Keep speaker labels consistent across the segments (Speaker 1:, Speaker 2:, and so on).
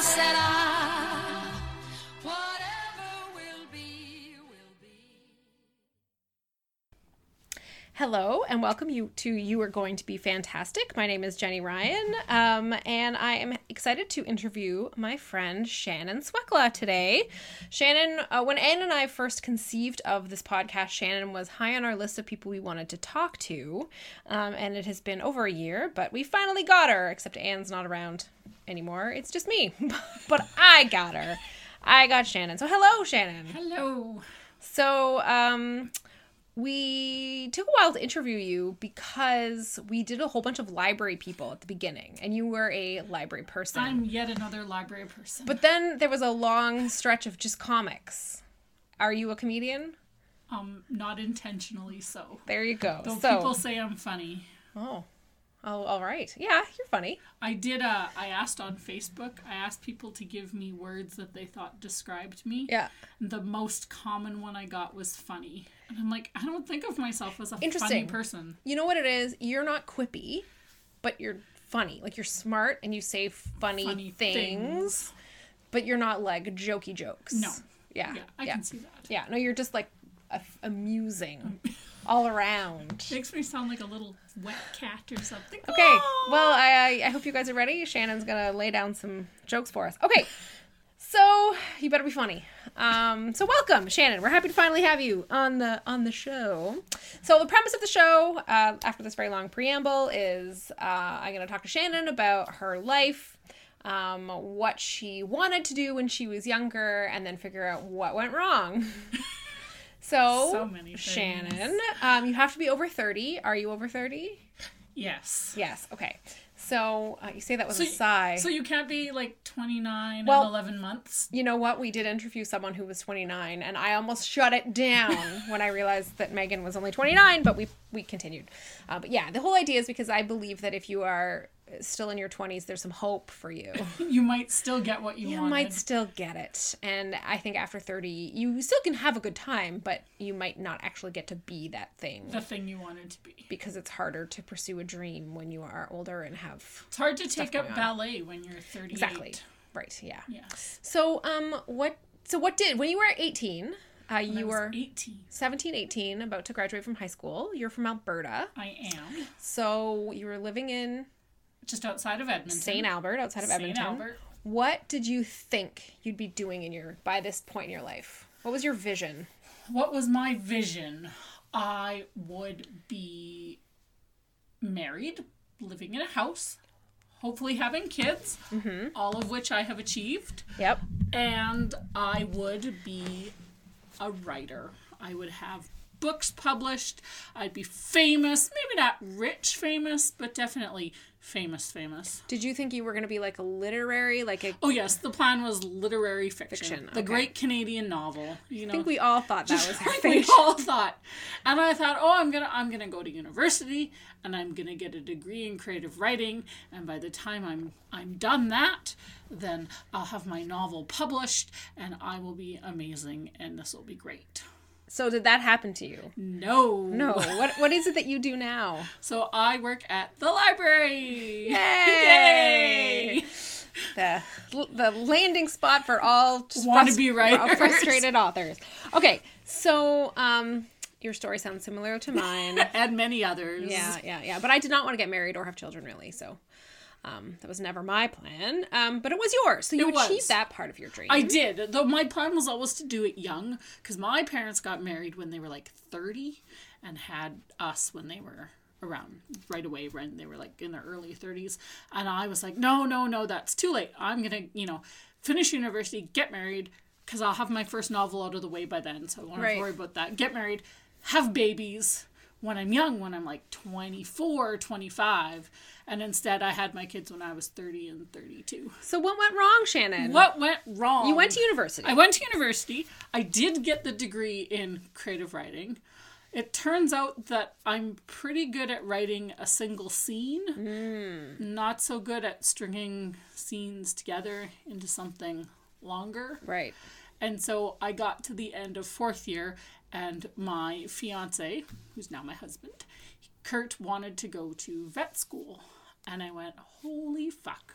Speaker 1: sera. Whatever will be, will be.
Speaker 2: Hello and welcome you to You Are Going to Be Fantastic. My name is Jenny Ryan, um, and I am excited to interview my friend Shannon Swekla today. Shannon, uh, when Anne and I first conceived of this podcast, Shannon was high on our list of people we wanted to talk to, um, and it has been over a year, but we finally got her, except Anne's not around anymore. It's just me, but I got her. I got Shannon. So, hello, Shannon.
Speaker 3: Hello.
Speaker 2: So, um, we took a while to interview you because we did a whole bunch of library people at the beginning, and you were a library person.
Speaker 3: I'm yet another library person.
Speaker 2: but then there was a long stretch of just comics. Are you a comedian?
Speaker 3: um, not intentionally so.
Speaker 2: There you go.
Speaker 3: Though
Speaker 2: so,
Speaker 3: people say I'm funny.
Speaker 2: oh, oh, all right. Yeah, you're funny.
Speaker 3: I did uh I asked on Facebook, I asked people to give me words that they thought described me.
Speaker 2: Yeah.
Speaker 3: And the most common one I got was funny. And I'm like, I don't think of myself as a funny
Speaker 2: Interesting.
Speaker 3: person.
Speaker 2: You know what it is? You're not quippy, but you're funny. Like you're smart and you say funny,
Speaker 3: Funny
Speaker 2: things, but you're not like jokey jokes.
Speaker 3: No.
Speaker 2: Yeah.
Speaker 3: Yeah,
Speaker 2: Ah,
Speaker 3: I
Speaker 2: yeah.
Speaker 3: can see that.
Speaker 2: Yeah, no, you're just like a- amusing all around.
Speaker 3: Makes me sound like a little wet cat or something. Ah,
Speaker 2: Okay, well, I, I- I hope you guys are ready. Shannon's gonna lay down some jokes for us. Okay, so you better be funny. Um, so welcome, Shannon. We're happy to finally have you on the on the show. So the premise of the show, uh, after this very long preamble, is uh, I'm gonna talk to Shannon about her life. Um, what she wanted to do when she was younger, and then figure out what went wrong. So,
Speaker 3: So many things.
Speaker 2: Shannon, um, you have to be over 30. Are you over 30?
Speaker 3: Yes.
Speaker 2: Yes. Okay. So uh, you say that was
Speaker 3: So
Speaker 2: a
Speaker 3: you-
Speaker 2: sigh.
Speaker 3: So you can't be like 29
Speaker 2: Well-
Speaker 3: and 11 months.
Speaker 2: you know what? We did interview someone who was 29, and I almost shut it down when I realized that Megan was only 29. But we we continued. Uh, but yeah, the whole idea is because I believe that if you are still in your 20s, there's some hope for you.
Speaker 3: You might still get what you,
Speaker 2: you
Speaker 3: wanted.
Speaker 2: might still get it, and I think after 30, you still can have a good time, but you might not actually get to be that thing.
Speaker 3: the thing you wanted to be.
Speaker 2: because it's harder to pursue a dream when you are older and have
Speaker 3: It's hard to take
Speaker 2: going
Speaker 3: up
Speaker 2: on.
Speaker 3: ballet when you're 38.
Speaker 2: exactly right yeah
Speaker 3: Yes.
Speaker 2: So um what so what did when you were 18, uh
Speaker 3: When I
Speaker 2: you
Speaker 3: was
Speaker 2: were
Speaker 3: 18.
Speaker 2: 17, 18, about to graduate from high school. You're from Alberta.
Speaker 3: I am
Speaker 2: So you were living in
Speaker 3: just outside of Edmonton.
Speaker 2: St. Albert outside of
Speaker 3: Mm-hmm. Saint
Speaker 2: Edmonton.
Speaker 3: Albert.
Speaker 2: What did you think you'd be doing in your by this point in your life? What was your vision?
Speaker 3: What was my vision? I would be married, living in a house, hopefully having kids,
Speaker 2: Mm-hmm.
Speaker 3: all of which I have achieved,
Speaker 2: Yep.
Speaker 3: and I would be a writer. I would have books published. I'd be famous, maybe not rich famous, but definitely famous famous.
Speaker 2: Did you think you were going to be like a literary like a
Speaker 3: Oh yes, the plan was literary fiction,
Speaker 2: Fiction,
Speaker 3: the
Speaker 2: okay.
Speaker 3: Great Canadian Novel. You know,
Speaker 2: I think we all thought that was our
Speaker 3: like we
Speaker 2: fate.
Speaker 3: all thought, and I thought, oh, I'm gonna, I'm gonna go to university, and I'm gonna get a degree in creative writing, and by the time I'm, I'm done that, then I'll have my novel published, and I will be amazing, and this will be great.
Speaker 2: So did that happen to you?
Speaker 3: No,
Speaker 2: No. What what is it that you do now?
Speaker 3: So I work at the
Speaker 2: Yay!
Speaker 3: library. Yay!
Speaker 2: the the landing spot for all just
Speaker 3: Wannabe
Speaker 2: frus-
Speaker 3: writers.
Speaker 2: frustrated authors. Okay, so um, your story sounds similar to mine.
Speaker 3: And many others.
Speaker 2: yeah, yeah, yeah. But I did not want to get married or have children, really. So um, that was never my plan. Um, but it was yours, so you
Speaker 3: It was.
Speaker 2: achieved that part of your dream.
Speaker 3: I did. Though my plan was always to do it young because my parents got married when they were like 30 and had us when they were around right away when they were like in their early 30s. And I was like, no, no, no, that's too late. I'm going to, you know, finish university, get married because I'll have my first novel out of the way by then. So I won't have
Speaker 2: Right.
Speaker 3: to worry about that. Get married, have babies. When I'm young, when I'm like 24, 25, and instead I had my kids when I was 30 and 32.
Speaker 2: so what went wrong, Shannon?
Speaker 3: What went wrong?
Speaker 2: you went to university.
Speaker 3: I went to university. I did get the degree in creative writing. It turns out that I'm pretty good at writing a single scene, not so good at stringing scenes together into something longer.
Speaker 2: Right.
Speaker 3: And so I got to the end of fourth year, and my fiance, who's now my husband, Kurt wanted to go to vet school. And I went, holy fuck,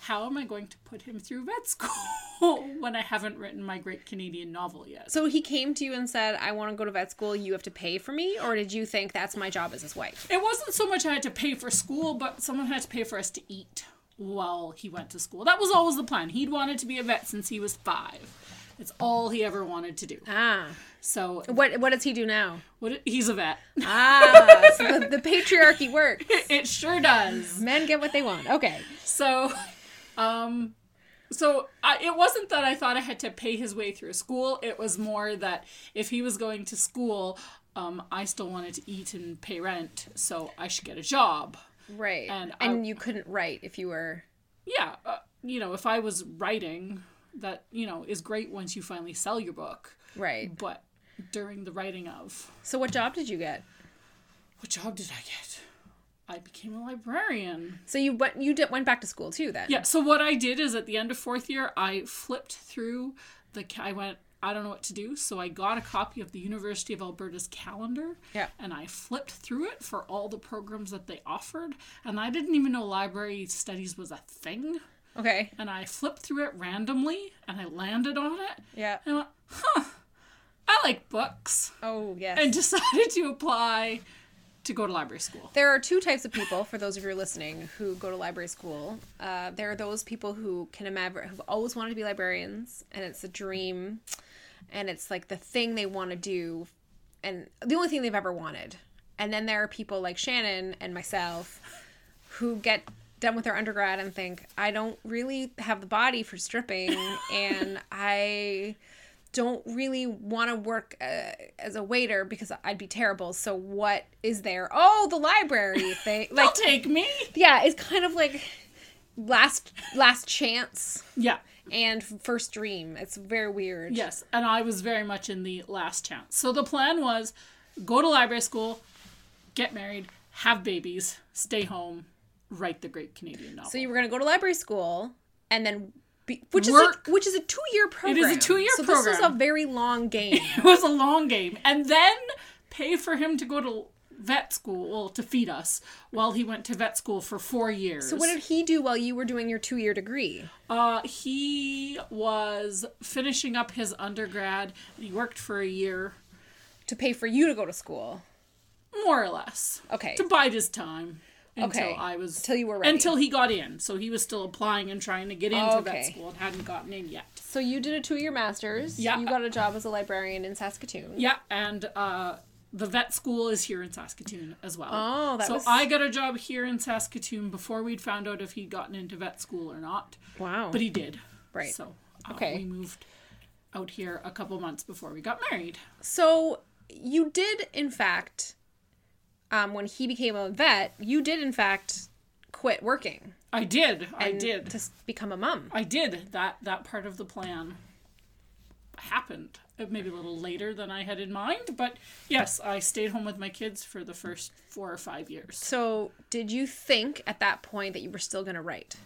Speaker 3: how am I going to put him through vet school when I haven't written my great Canadian novel yet?
Speaker 2: So he came to you and said, I want to go to vet school. You have to pay for me? Or did you think that's my job as his wife?
Speaker 3: It wasn't so much I had to pay for school, but someone had to pay for us to eat while he went to school. That was always the plan. He'd wanted to be a vet since he was five. It's all he ever wanted to do.
Speaker 2: Ah.
Speaker 3: So
Speaker 2: What, what does he do now?
Speaker 3: what, he's a vet.
Speaker 2: Ah. so the, the patriarchy works.
Speaker 3: It sure does.
Speaker 2: Men get what they want. Okay.
Speaker 3: So, um, so I, it wasn't that I thought I had to pay his way through school. It was more that if he was going to school, um, I still wanted to eat and pay rent, so I should get a job.
Speaker 2: Right. And,
Speaker 3: And
Speaker 2: you couldn't write if you were.
Speaker 3: yeah, uh, you know, if I was writing, that you know is great once you finally sell your book,
Speaker 2: Right.
Speaker 3: but during the writing of
Speaker 2: So what job did you get?
Speaker 3: what job did I get? I became a librarian.
Speaker 2: So you went you did, went back to school too then.
Speaker 3: Yeah, so what I did is at the end of fourth year, I flipped through the ca- I went I don't know what to do, so I got a copy of the University of Alberta's calendar.
Speaker 2: Yeah.
Speaker 3: And I flipped through it for all the programs that they offered, and I didn't even know library studies was a thing.
Speaker 2: Okay.
Speaker 3: and I flipped through it randomly and I landed on it.
Speaker 2: Yeah.
Speaker 3: And I went, huh, I like books.
Speaker 2: Oh yes.
Speaker 3: And decided to apply to go to library school.
Speaker 2: There are two types of people, for those of you who are listening, who go to library school. Uh, there are those people who can imagine, who've always wanted to be librarians, and it's a dream, and it's like the thing they want to do, and the only thing they've ever wanted. And then there are people like Shannon and myself who get done with their undergrad and think, I don't really have the body for stripping, and I don't really want to work uh, as a waiter because I'd be terrible. So what is there? Oh, the library thing.
Speaker 3: They'll
Speaker 2: Like,
Speaker 3: take me.
Speaker 2: yeah, it's kind of like last last chance
Speaker 3: Yeah.
Speaker 2: and first dream. It's very weird.
Speaker 3: Yes. And I was very much in the last chance. So the plan was go to library school, get married, have babies, stay home, write the great Canadian novel.
Speaker 2: So you were going to go to library school and then. Be, which
Speaker 3: Work.
Speaker 2: is a, which is a two year program.
Speaker 3: two-year
Speaker 2: so So this was a
Speaker 3: program.
Speaker 2: very long game.
Speaker 3: it was a long game. And then pay for him to go to vet school well, to feed us while he went to vet school for four years.
Speaker 2: so what did he do while you were doing your two year degree?
Speaker 3: Uh, he was finishing up his undergrad. And he worked for a year,
Speaker 2: to pay for you to go to school
Speaker 3: more or less.
Speaker 2: Okay.
Speaker 3: To bide his time. Until
Speaker 2: Okay.
Speaker 3: I was
Speaker 2: Till you were ready.
Speaker 3: Until he got in, so he was still applying and trying to get into
Speaker 2: Okay.
Speaker 3: vet school and hadn't gotten in yet.
Speaker 2: so you did a two-year master's
Speaker 3: Yeah.
Speaker 2: you got a job as a librarian in saskatoon
Speaker 3: Yeah, and uh, the vet school is here in Saskatoon as well.
Speaker 2: Oh, that
Speaker 3: so
Speaker 2: was-
Speaker 3: I got a job here in Saskatoon before we'd found out if he'd gotten into vet school or not.
Speaker 2: wow
Speaker 3: But he did.
Speaker 2: Right.
Speaker 3: So uh,
Speaker 2: Okay.
Speaker 3: we moved out here a couple months before we got married.
Speaker 2: so you did in fact um, when he became a vet you did in fact quit working
Speaker 3: I did. I
Speaker 2: and
Speaker 3: did.
Speaker 2: to s- become a mom
Speaker 3: I did. That that part of the plan happened. Uh, Maybe a little later than I had in mind, but yes, I stayed home with my kids for the first four or five years.
Speaker 2: so did you think at that point that you were still going to write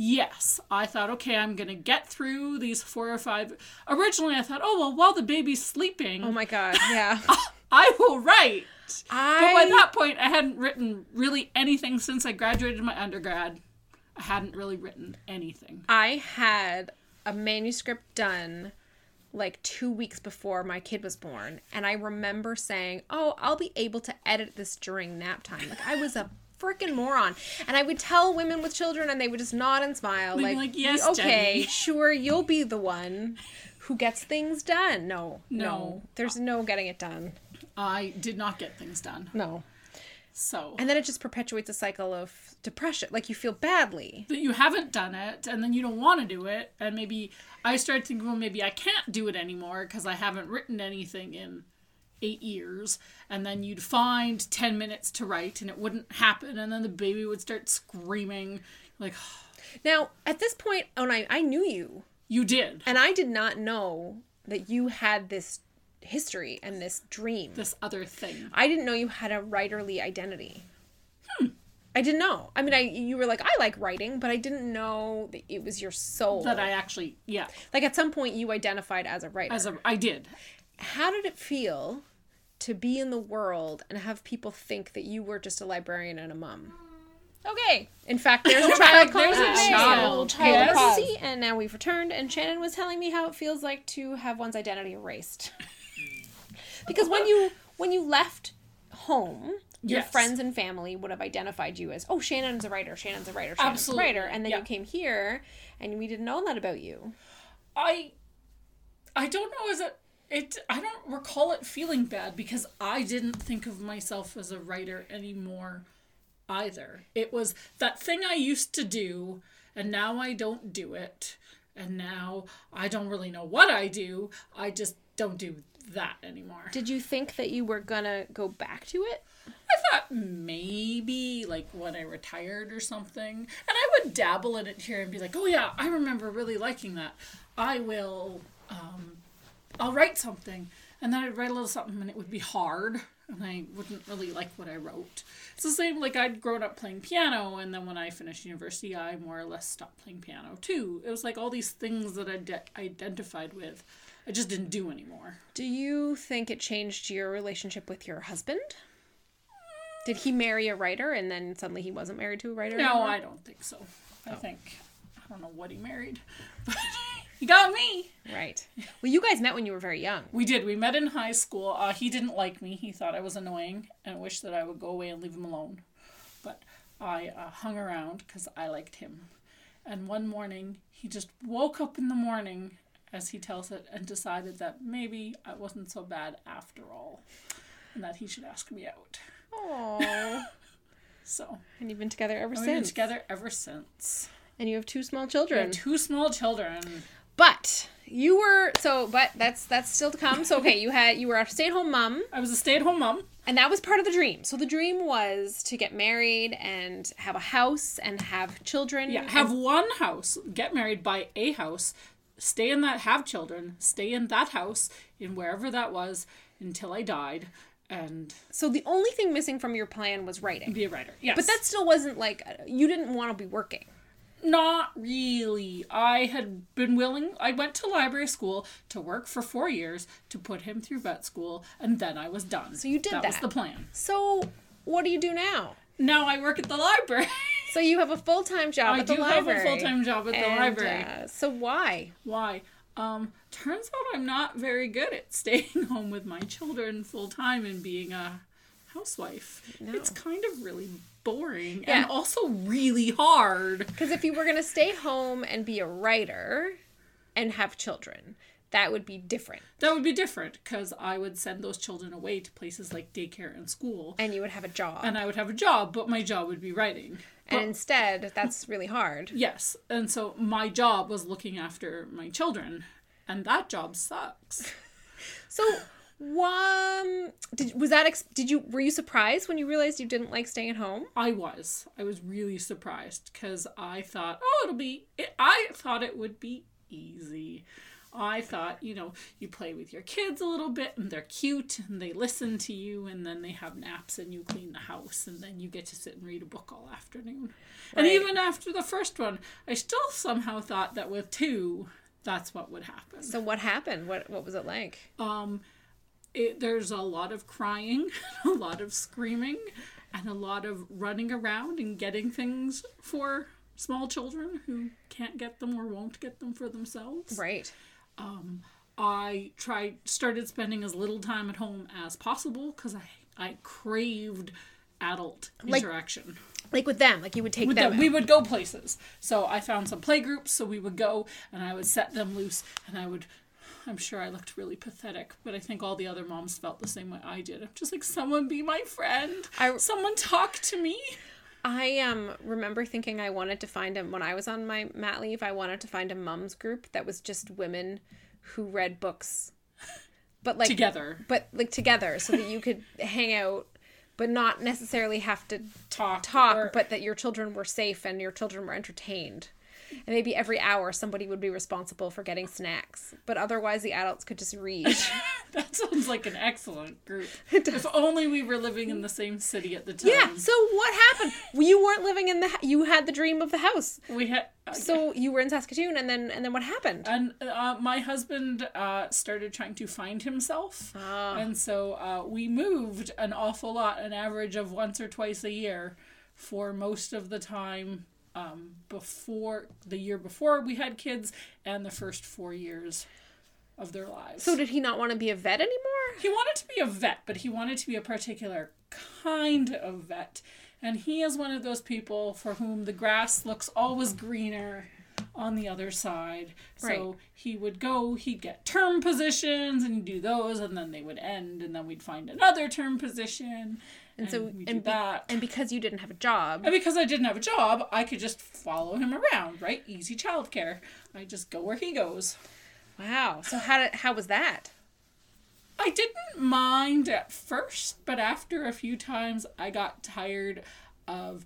Speaker 3: Yes, I thought, okay, I'm gonna get through these four or five. Originally, I thought, oh well, while the baby's sleeping,
Speaker 2: oh my god yeah
Speaker 3: I will write. But by
Speaker 2: i
Speaker 3: that point, I hadn't written really anything since I graduated my undergrad. I hadn't really written anything.
Speaker 2: I had a manuscript done like two weeks before my kid was born, and I remember saying, "Oh, I'll be able to edit this during nap time." Like I was a freaking moron, and I would tell women with children, and they would just nod and smile,
Speaker 3: be
Speaker 2: like,
Speaker 3: like, "Yes,
Speaker 2: okay,
Speaker 3: Jenny."
Speaker 2: sure, you'll be the one." Who gets things done? No, no,
Speaker 3: No.
Speaker 2: There's no getting it done.
Speaker 3: I did not get things done.
Speaker 2: No.
Speaker 3: So
Speaker 2: And then it just perpetuates a cycle of depression. Like you feel badly.
Speaker 3: that you haven't done it and then you don't want to do it and maybe i started thinking well maybe i can't do it anymore because i haven't written anything in eight years and then you'd find 10 minutes to write and it wouldn't happen and then the baby would start screaming like
Speaker 2: Now, at this point, oh, and I, I knew you.
Speaker 3: you did
Speaker 2: And I did not know that you had this history and this dream.
Speaker 3: This other thing.
Speaker 2: I didn't know you had a writerly identity.
Speaker 3: Hmm.
Speaker 2: I didn't know. I mean, I you were like, I like writing, but I didn't know that it was your soul.
Speaker 3: That I actually, yeah,
Speaker 2: like at some point, you identified as a writer.
Speaker 3: as a, I did.
Speaker 2: How did it feel to be in the world and have people think that you were just a librarian and a mum? Okay. In fact, there's a child
Speaker 3: there's
Speaker 2: calling
Speaker 3: a
Speaker 2: out.
Speaker 3: child.
Speaker 2: Hey,
Speaker 3: Yes.
Speaker 2: Rosie, and now we've returned, and Shannon was telling me how it feels like to have one's identity erased. because when you when you left home, your
Speaker 3: Yes.
Speaker 2: friends and family would have identified you as, oh, Shannon's a writer, Shannon's a writer, Shannon's
Speaker 3: Absolutely.
Speaker 2: a writer, and then
Speaker 3: Yeah.
Speaker 2: you came here, and we didn't know that about you.
Speaker 3: I I don't know is it it I don't recall it feeling bad because I didn't think of myself as a writer anymore either. It was that thing I used to do and now I don't do it and now I don't really know what I do. I just don't do that anymore.
Speaker 2: Did you think that you were gonna go back to it?
Speaker 3: I thought maybe like when I retired or something. And I would dabble in it here and be like, oh yeah, I remember really liking that. I will, um, I'll write something. And then I'd write a little something and it would be hard. And I wouldn't really like what I wrote. It's the same, like I'd grown up playing piano. And then when I finished university, I more or less stopped playing piano too. It was like all these things that I de- identified with, I just didn't do anymore.
Speaker 2: Do you think it changed your relationship with your husband? Did he marry a writer and then suddenly he wasn't married to a writer?
Speaker 3: No,
Speaker 2: anymore? Oh.
Speaker 3: I don't think so. I think I don't know what he married, but he got me.
Speaker 2: Right. Well, you guys met when you were very young.
Speaker 3: We did. We met in high school. Uh, he didn't like me. He thought I was annoying and wished that I would go away and leave him alone. But I uh, hung around because I liked him. And one morning, he just woke up in the morning, as he tells it, and decided that maybe I wasn't so bad after all, and that he should ask me out.
Speaker 2: Oh.
Speaker 3: So
Speaker 2: and you've been together ever
Speaker 3: we've Oh, been
Speaker 2: since.
Speaker 3: together ever since.
Speaker 2: And you have two small
Speaker 3: We
Speaker 2: children.
Speaker 3: have two small children.
Speaker 2: but you were so but that's that's still to come. So okay, you had you were a stay-at-home mom
Speaker 3: I was a stay-at-home mom.
Speaker 2: and that was part of the dream. So the dream was to get married and have a house and have children.
Speaker 3: Yeah, have one house, get married, buy a house, stay in that, have children, stay in that house, in wherever that was, until I died, and
Speaker 2: so the only thing missing from your plan was writing.
Speaker 3: be a writer. Yes,
Speaker 2: But that still wasn't like you didn't want to be working.
Speaker 3: not really. I had been willing. I went to library school to work for four years to put him through vet school, and then I was done. So
Speaker 2: you did
Speaker 3: That was
Speaker 2: that.
Speaker 3: the plan.
Speaker 2: So what do you do now?
Speaker 3: Now I work at the library.
Speaker 2: So you have a full time job
Speaker 3: I
Speaker 2: at the
Speaker 3: do have
Speaker 2: library.
Speaker 3: a full-time job at the
Speaker 2: And,
Speaker 3: library.
Speaker 2: uh, so why?
Speaker 3: Why? Um, turns out I'm not very good at staying home with my children full time and being a housewife. It's kind of really boring
Speaker 2: Yeah.
Speaker 3: and also really hard.
Speaker 2: Because if you were gonna stay home and be a writer, and have children, that would be different,
Speaker 3: That would be different because I would send those children away to places like daycare and school
Speaker 2: and you would have a job.
Speaker 3: and uh, I would have a job, but my job would be writing.
Speaker 2: and instead, that's really hard.
Speaker 3: Yes. And so my job was looking after my children, and that job sucks.
Speaker 2: So, um, did was that ex- did you were you surprised when you realized you didn't like staying at home?
Speaker 3: I was. I was really surprised because I thought, oh, it'll be. It, I thought it would be easy. I thought, you know, you play with your kids a little bit and they're cute and they listen to you and then they have naps and you clean the house and then you get to sit and read a book all afternoon. And
Speaker 2: Right.
Speaker 3: even after the first one, I still somehow thought that with two, that's what would happen.
Speaker 2: So what happened? What what was it like?
Speaker 3: Um, it, there's a lot of crying, a lot of screaming, and a lot of running around and getting things for small children who can't get them or won't get them for themselves.
Speaker 2: Right.
Speaker 3: I tried started spending as little time at home as possible because I I craved adult interaction.
Speaker 2: Like with them, like you would take
Speaker 3: With
Speaker 2: them.
Speaker 3: them, we would go places. So I found some play groups. So we would go, and I would set them loose, and I would. I'm sure I looked really pathetic, but I think all the other moms felt the same way I did. I'm just like, someone be my friend.
Speaker 2: I-
Speaker 3: someone talk to me.
Speaker 2: I um remember thinking I wanted to find a when I was on my mat leave, I wanted to find a mums group that was just women who read books, but like
Speaker 3: Together,
Speaker 2: but like together, so that you could hang out, but not necessarily have to
Speaker 3: talk,
Speaker 2: talk,
Speaker 3: or-
Speaker 2: but that your children were safe and your children were entertained. And maybe every hour somebody would be responsible for getting snacks, but otherwise the adults could just read.
Speaker 3: That sounds like an excellent group. If only we were living in the same city at the time.
Speaker 2: Yeah. So what happened? you weren't living in the. h- You had the dream of the house.
Speaker 3: we had
Speaker 2: So you were in Saskatoon, and then and then what happened?
Speaker 3: and uh, my husband uh, started trying to find himself, and so uh, we moved an awful lot, an average of once or twice a year, for most of the time. Um, before the year before we had kids, and the first four years of their lives.
Speaker 2: So did he not want to be a vet anymore?
Speaker 3: he wanted to be a vet, but he wanted to be a particular kind of vet. And he is one of those people for whom the grass looks always greener on the other side. So
Speaker 2: Right.
Speaker 3: he would go, he'd get term positions and do those, and then they would end, and then we'd find another term position. And,
Speaker 2: so-
Speaker 3: we
Speaker 2: and
Speaker 3: do
Speaker 2: be-
Speaker 3: that.
Speaker 2: And because you didn't have a job,
Speaker 3: And because I didn't have a job, I could just follow him around, right? Easy childcare. I just go where he goes.
Speaker 2: Wow. So how did, how was that?
Speaker 3: I didn't mind at first, but after a few times, I got tired of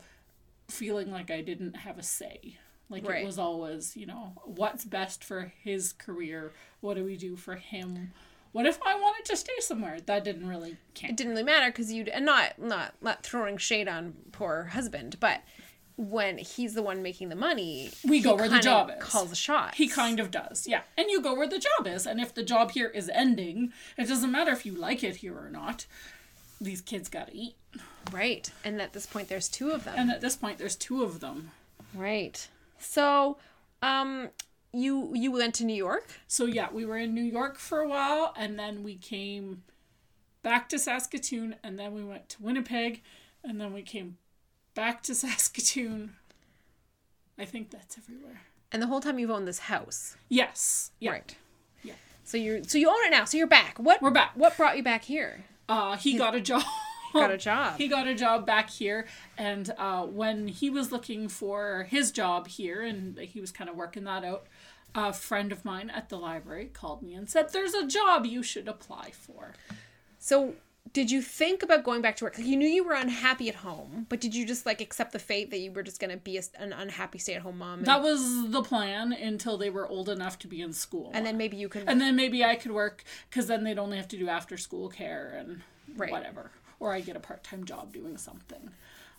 Speaker 3: feeling like I didn't have a say. Like
Speaker 2: Right.
Speaker 3: it was always, you know, what's best for his career? What do we do for him? What if I wanted to stay somewhere? That didn't really
Speaker 2: It
Speaker 3: count.
Speaker 2: didn't really matter because you'd and not not not throwing shade on poor husband, but when he's the one making the money,
Speaker 3: We
Speaker 2: he
Speaker 3: go where the
Speaker 2: kinda
Speaker 3: job is.
Speaker 2: Calls the shots.
Speaker 3: He kind of does, yeah. And you go where the job is. And if the job here is ending, it doesn't matter if you like it here or not. These kids gotta eat.
Speaker 2: right. And at this point, there's two of them.
Speaker 3: And at this point, there's two of them.
Speaker 2: right. So, um, you you went to New York.
Speaker 3: So yeah, we were in New York for a while and then we came back to Saskatoon and then we went to Winnipeg and then we came back to Saskatoon. I think that's everywhere.
Speaker 2: And the whole time you've owned this house,
Speaker 3: Yes. Yeah.
Speaker 2: right?
Speaker 3: Yeah.
Speaker 2: So you're so you own it now. So you're back. What
Speaker 3: We're back.
Speaker 2: What brought you back here?
Speaker 3: Uh, he got a job.
Speaker 2: Got a job.
Speaker 3: He got a job back here, and uh, when he was looking for his job here, and he was kind of working that out, a friend of mine at the library called me and said, "There's a job you should apply for."
Speaker 2: So did you think about going back to work? Like you knew you were unhappy at home, but did you just like accept the fate that you were just going to be a, an unhappy stay-at-home mom? And,
Speaker 3: That was the plan until they were old enough to be in school.
Speaker 2: and then maybe you could.
Speaker 3: And then maybe I could work because then they'd only have to do after school care and
Speaker 2: Right.
Speaker 3: whatever. Or I get a part time job doing something.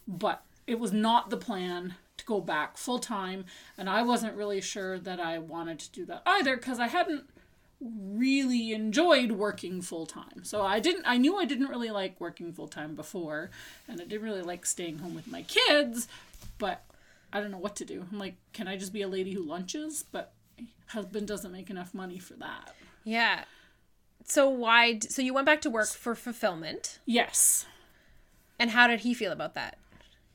Speaker 3: But it was not the plan to go back full time. And I wasn't really sure that I wanted to do that either because I hadn't really enjoyed working full time. So I didn't I knew I didn't really like working full time before and I didn't really like staying home with my kids, but I don't know what to do. I'm like, can I just be a lady who lunches? But my husband doesn't make enough money for that.
Speaker 2: yeah. So why? d- So you went back to work for fulfillment,
Speaker 3: Yes.
Speaker 2: and how did he feel about that?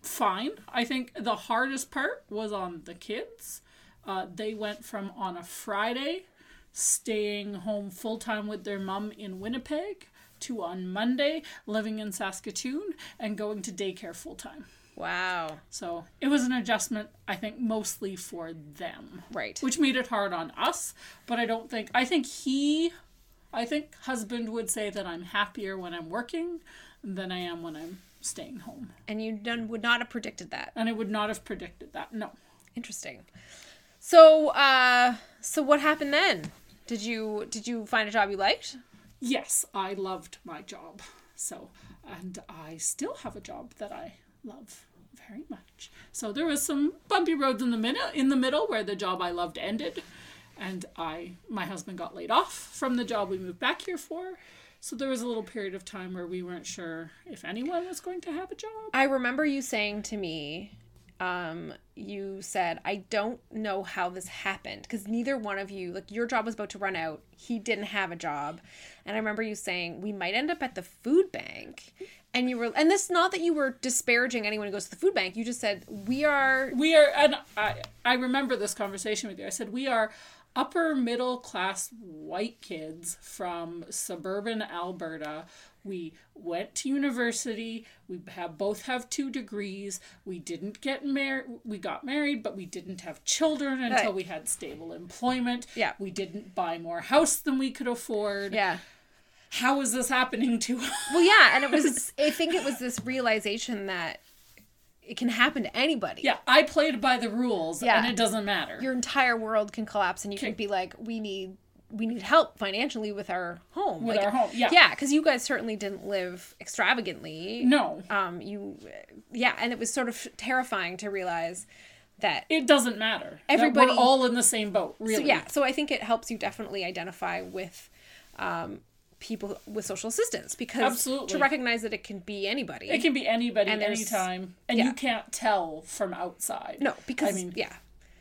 Speaker 3: Fine. I think the hardest part was on the kids. Uh, they went from on a Friday staying home full time with their mom in Winnipeg to on Monday living in Saskatoon and going to daycare full time.
Speaker 2: Wow.
Speaker 3: So it was an adjustment, I think, mostly for them.
Speaker 2: Right.
Speaker 3: Which made it hard on us. But I don't think, I think he, I think husband would say that I'm happier when I'm working than I am when I'm staying home.
Speaker 2: And you done would not have predicted that.
Speaker 3: And I would not have predicted that. No.
Speaker 2: Interesting. So, uh, so what happened then? Did you did you find a job you liked?
Speaker 3: Yes, I loved my job. So, and I still have a job that I love very much. So there was some bumpy roads in the middle in the middle where the job I loved ended and I my husband got laid off from the job we moved back here for. So there was a little period of time where we weren't sure if anyone was going to have a job.
Speaker 2: I remember you saying to me, um, you said, I don't know how this happened because neither one of you, like your job was about to run out. He didn't have a job. And I remember you saying, we might end up at the food bank. And you were, and this not that you were disparaging anyone who goes to the food bank. You just said, we are,
Speaker 3: We are and I I remember this conversation with you. I said we are upper middle class white kids from suburban Alberta. We went to university. We have both have two degrees. We didn't get married. We got married, but we didn't have children until
Speaker 2: Right.
Speaker 3: we had stable employment.
Speaker 2: Yeah.
Speaker 3: We didn't buy more house than we could afford.
Speaker 2: yeah.
Speaker 3: How is this happening to us?
Speaker 2: Well, yeah. And it was, I think it was this realization that it can happen to anybody.
Speaker 3: Yeah, I played by the rules,
Speaker 2: Yeah.
Speaker 3: and it doesn't matter.
Speaker 2: Your entire world can collapse and you can be like, we need we need help financially with our home.
Speaker 3: With our home, yeah.
Speaker 2: Yeah, because you guys certainly didn't live extravagantly.
Speaker 3: No.
Speaker 2: Um, you, yeah, and it was sort of terrifying to realize that.
Speaker 3: It doesn't matter. that
Speaker 2: Everybody-
Speaker 3: we're all in the same boat, really.
Speaker 2: So yeah, so I think it helps you definitely identify with um, people with social assistance because
Speaker 3: Absolutely.
Speaker 2: to recognize that it can be anybody.
Speaker 3: It can be anybody
Speaker 2: And there's-
Speaker 3: anytime. And you
Speaker 2: yeah.
Speaker 3: can't tell from outside.
Speaker 2: no, because
Speaker 3: I mean
Speaker 2: yeah,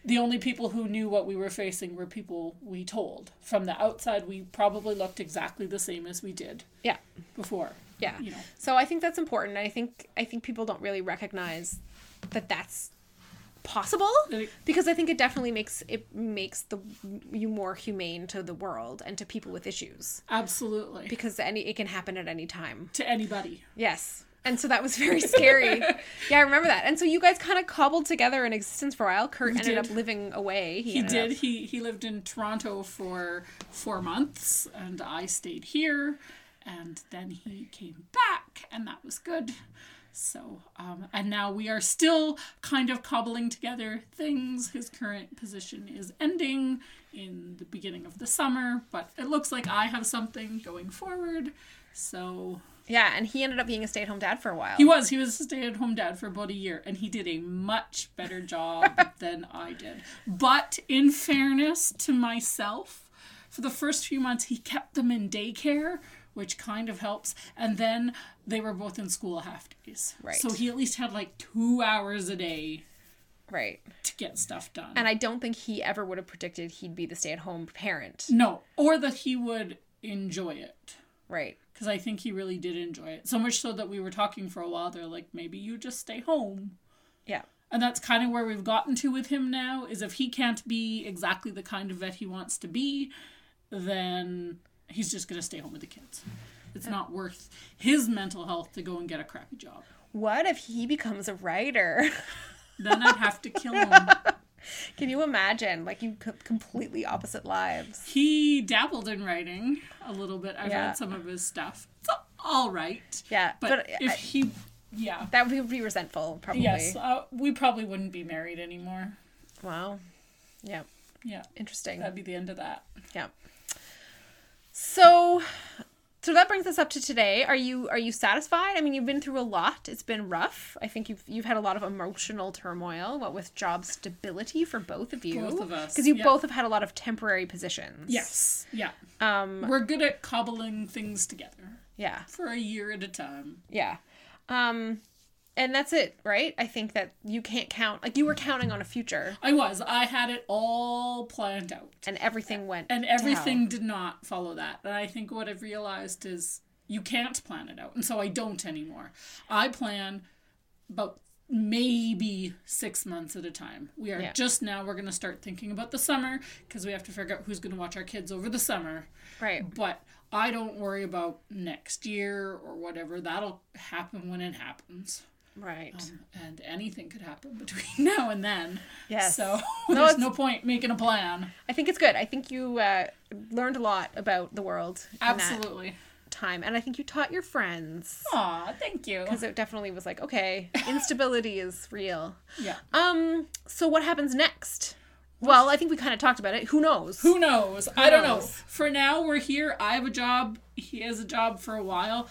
Speaker 3: the only people who knew what we were facing were people we told. From the outside we probably looked exactly the same as we did
Speaker 2: yeah.
Speaker 3: before.
Speaker 2: Yeah.
Speaker 3: you know.
Speaker 2: So I think that's important. I think I think people don't really recognize that that's possible
Speaker 3: That it-
Speaker 2: because I think it definitely makes it makes the you more humane to the world and to people with issues
Speaker 3: Absolutely.
Speaker 2: because any it can happen at any time.
Speaker 3: to anybody.
Speaker 2: Yes. And so that was very scary. yeah, I remember that. And so you guys kind of cobbled together an existence for a while. Kurt ended
Speaker 3: did.
Speaker 2: up living away.
Speaker 3: He
Speaker 2: ended
Speaker 3: did.
Speaker 2: up-
Speaker 3: He he lived in Toronto for four months, and I stayed here, and then he came back, and that was good. So, um, and now we are still kind of cobbling together things. His current position is ending in the beginning of the summer, but it looks like I have something going forward. So
Speaker 2: Yeah, and he ended up being a stay-at-home dad for a while.
Speaker 3: he was. He was a stay at home dad for about a year, and he did a much better job than I did. But in fairness to myself, for the first few months, he kept them in daycare, which kind of helps. And then they were both in school half days.
Speaker 2: Right.
Speaker 3: So he at least had like two hours a day
Speaker 2: right.
Speaker 3: to get stuff done.
Speaker 2: And I don't think he ever would have predicted he'd be the stay-at-home parent.
Speaker 3: no, or that he would enjoy it.
Speaker 2: Right.
Speaker 3: Because I think he really did enjoy it. So much so that we were talking for a while. They're like, maybe you just stay home.
Speaker 2: Yeah.
Speaker 3: and that's kind of where we've gotten to with him now is if he can't be exactly the kind of vet he wants to be then he's just going to stay home with the kids it's not worth his mental health to go and get a crappy job
Speaker 2: What if he becomes a writer?
Speaker 3: then i'd have to kill him
Speaker 2: Can you imagine? Like you co- completely opposite lives.
Speaker 3: he dabbled in writing a little bit i've
Speaker 2: Yeah.
Speaker 3: read some of his stuff it's all right
Speaker 2: Yeah,
Speaker 3: but,
Speaker 2: but
Speaker 3: if
Speaker 2: I-
Speaker 3: he yeah
Speaker 2: That would be resentful, probably.
Speaker 3: yes uh, we probably wouldn't be married anymore
Speaker 2: Wow. Yeah.
Speaker 3: yeah
Speaker 2: Interesting.
Speaker 3: that'd be the end of that
Speaker 2: yeah. So, so that brings us up to today. Are you are you satisfied? I mean, you've been through a lot. It's been rough. I think you've you've had a lot of emotional turmoil. What with job stability for both of you,
Speaker 3: Both of us,
Speaker 2: because you
Speaker 3: yeah.
Speaker 2: both have had a lot of temporary positions.
Speaker 3: yes yeah
Speaker 2: Um.
Speaker 3: we're good at cobbling things together
Speaker 2: Yeah.
Speaker 3: for a year at a time.
Speaker 2: Yeah. Um and that's it, right? I think that you can't count like you were counting on a future
Speaker 3: I was. I had it all planned out.
Speaker 2: and everything went
Speaker 3: And
Speaker 2: to hell.
Speaker 3: everything did not follow that. And I think what I've realized is you can't plan it out. And so I don't anymore. I plan about maybe six months at a time. We are
Speaker 2: Yeah.
Speaker 3: just now, we're going to start thinking about the summer because we have to figure out who's going to watch our kids over the summer.
Speaker 2: Right.
Speaker 3: But I don't worry about next year or whatever. That'll happen when it happens.
Speaker 2: Right.
Speaker 3: and anything could happen between now and then.
Speaker 2: Yes.
Speaker 3: So
Speaker 2: No,
Speaker 3: there's
Speaker 2: it's-
Speaker 3: no point making a plan.
Speaker 2: I think it's good. I think you uh, learned a lot about the world in that
Speaker 3: Absolutely.
Speaker 2: time and I think you taught your friends
Speaker 3: Aw, thank you.
Speaker 2: because it definitely was like, okay, instability is real.
Speaker 3: Yeah.
Speaker 2: Um so what happens next? Well, I think we kind of talked about it. Who knows?
Speaker 3: Who knows? I don't know.
Speaker 2: knows?
Speaker 3: For now, we're here. I have a job. He has a job for a while.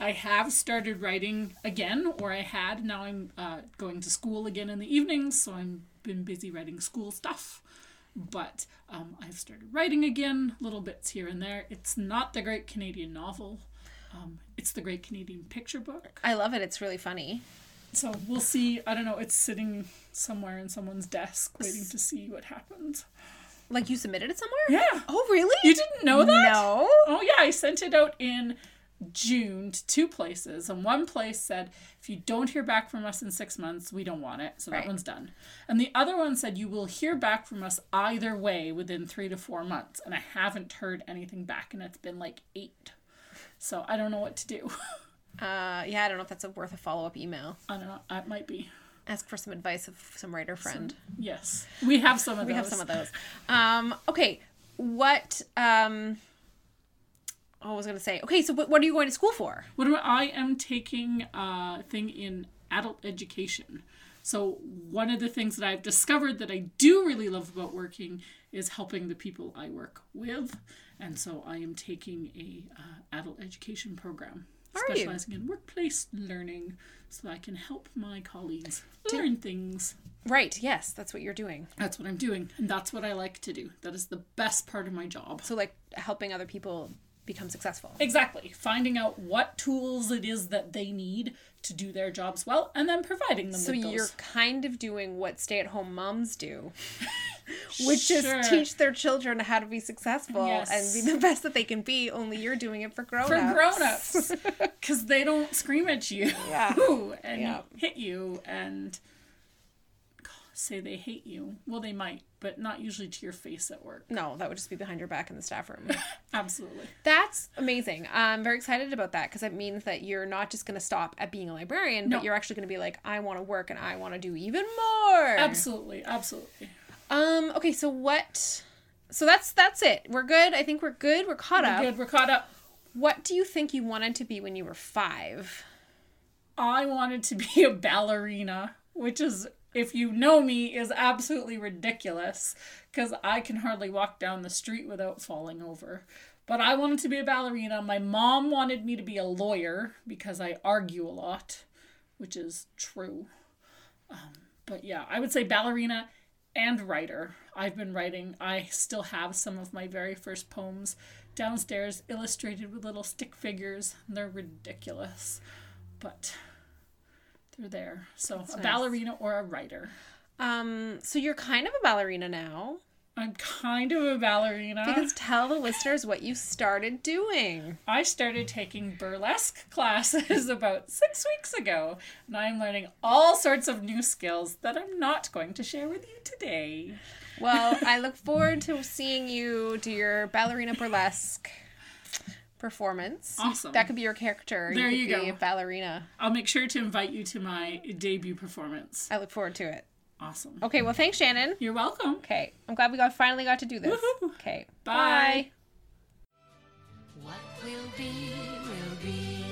Speaker 3: I have started writing again, or I had. Now I'm uh, going to school again in the evenings, so I'm been busy writing school stuff. But um, I've started writing again, little bits here and there. It's not the Great Canadian Novel. Um, it's the Great Canadian Picture Book.
Speaker 2: I love it. It's really funny.
Speaker 3: So we'll see. I don't know. It's sitting somewhere in someone's desk waiting to see what happens.
Speaker 2: Like you submitted it somewhere?
Speaker 3: Yeah.
Speaker 2: Oh, really?
Speaker 3: You didn't know that?
Speaker 2: No.
Speaker 3: Oh, yeah. I sent it out in June to two places. And one place said, if you don't hear back from us in six months, we don't want it. So that
Speaker 2: Right.
Speaker 3: one's done. And the other one said, you will hear back from us either way within three to four months. And I haven't heard anything back. And it's been like eight. So I don't know what to do.
Speaker 2: Uh, yeah, I don't know if that's a worth a follow up email.
Speaker 3: I don't know. It might be.
Speaker 2: Ask for some advice of some writer friend.
Speaker 3: Yes. We have some of
Speaker 2: we
Speaker 3: those.
Speaker 2: have some of those. Um, okay, what? Um, oh, I was gonna say. Okay, so what, what are you going to school for?
Speaker 3: What am I, I am taking a thing in adult education. So one of the things that I've discovered that I do really love about working is helping the people I work with, and so I am taking a uh, adult education program.
Speaker 2: Are you?
Speaker 3: specializing in workplace learning so that I can help my colleagues learn things.
Speaker 2: Right. Yes, that's what you're doing.
Speaker 3: That's what I'm doing, and that's what I like to do. That is the best part of my job.
Speaker 2: So like helping other people become successful.
Speaker 3: Exactly. Finding out what tools it is that they need to do their jobs well and then providing them
Speaker 2: So
Speaker 3: with those.
Speaker 2: you're kind of doing what stay-at-home moms do, which
Speaker 3: Sure.
Speaker 2: is teach their children how to be successful
Speaker 3: Yes.
Speaker 2: and be the best that they can be. Only you're doing it for grown-ups.
Speaker 3: for grown-ups cuz they don't scream at you
Speaker 2: Yeah.
Speaker 3: and
Speaker 2: Yeah.
Speaker 3: hit you and say they hate you. Well, they might, but not usually to your face at work.
Speaker 2: No, that would just be behind your back in the staff room.
Speaker 3: Absolutely.
Speaker 2: That's amazing. I'm very excited about that because it means that you're not just going to stop at being a librarian,
Speaker 3: No.
Speaker 2: but you're actually going to be like, I want to work and I want to do even more.
Speaker 3: Absolutely. Absolutely.
Speaker 2: Um. Okay. So what? So that's that's it. We're good. I think we're good. We're caught up.
Speaker 3: Good, we're caught up.
Speaker 2: What do you think you wanted to be when you were five?
Speaker 3: I wanted to be a ballerina, which is, if you know me, is absolutely ridiculous because I can hardly walk down the street without falling over. But I wanted to be a ballerina. My mom wanted me to be a lawyer because I argue a lot, which is true. Um, but yeah, I would say ballerina and writer. I've been writing. I still have some of my very first poems downstairs illustrated with little stick figures. They're ridiculous but they're there. So a
Speaker 2: nice.
Speaker 3: ballerina or a writer.
Speaker 2: Um. So you're kind of a ballerina now.
Speaker 3: I'm kind of a ballerina.
Speaker 2: Because tell the listeners what you started doing.
Speaker 3: I started taking burlesque classes about six weeks ago, and I'm learning all sorts of new skills that I'm not going to share with you today.
Speaker 2: Well, I look forward to seeing you do your ballerina burlesque performance.
Speaker 3: Awesome.
Speaker 2: That could be your character.
Speaker 3: There
Speaker 2: could
Speaker 3: you
Speaker 2: be
Speaker 3: go.
Speaker 2: a ballerina.
Speaker 3: I'll make sure to invite you to my debut performance.
Speaker 2: I look forward to it.
Speaker 3: Awesome.
Speaker 2: Okay. Well, thanks, Shannon.
Speaker 3: You're welcome.
Speaker 2: Okay. I'm glad we got finally got to do this.
Speaker 3: Woohoo.
Speaker 2: Okay.
Speaker 3: Bye.
Speaker 1: What will be, will be.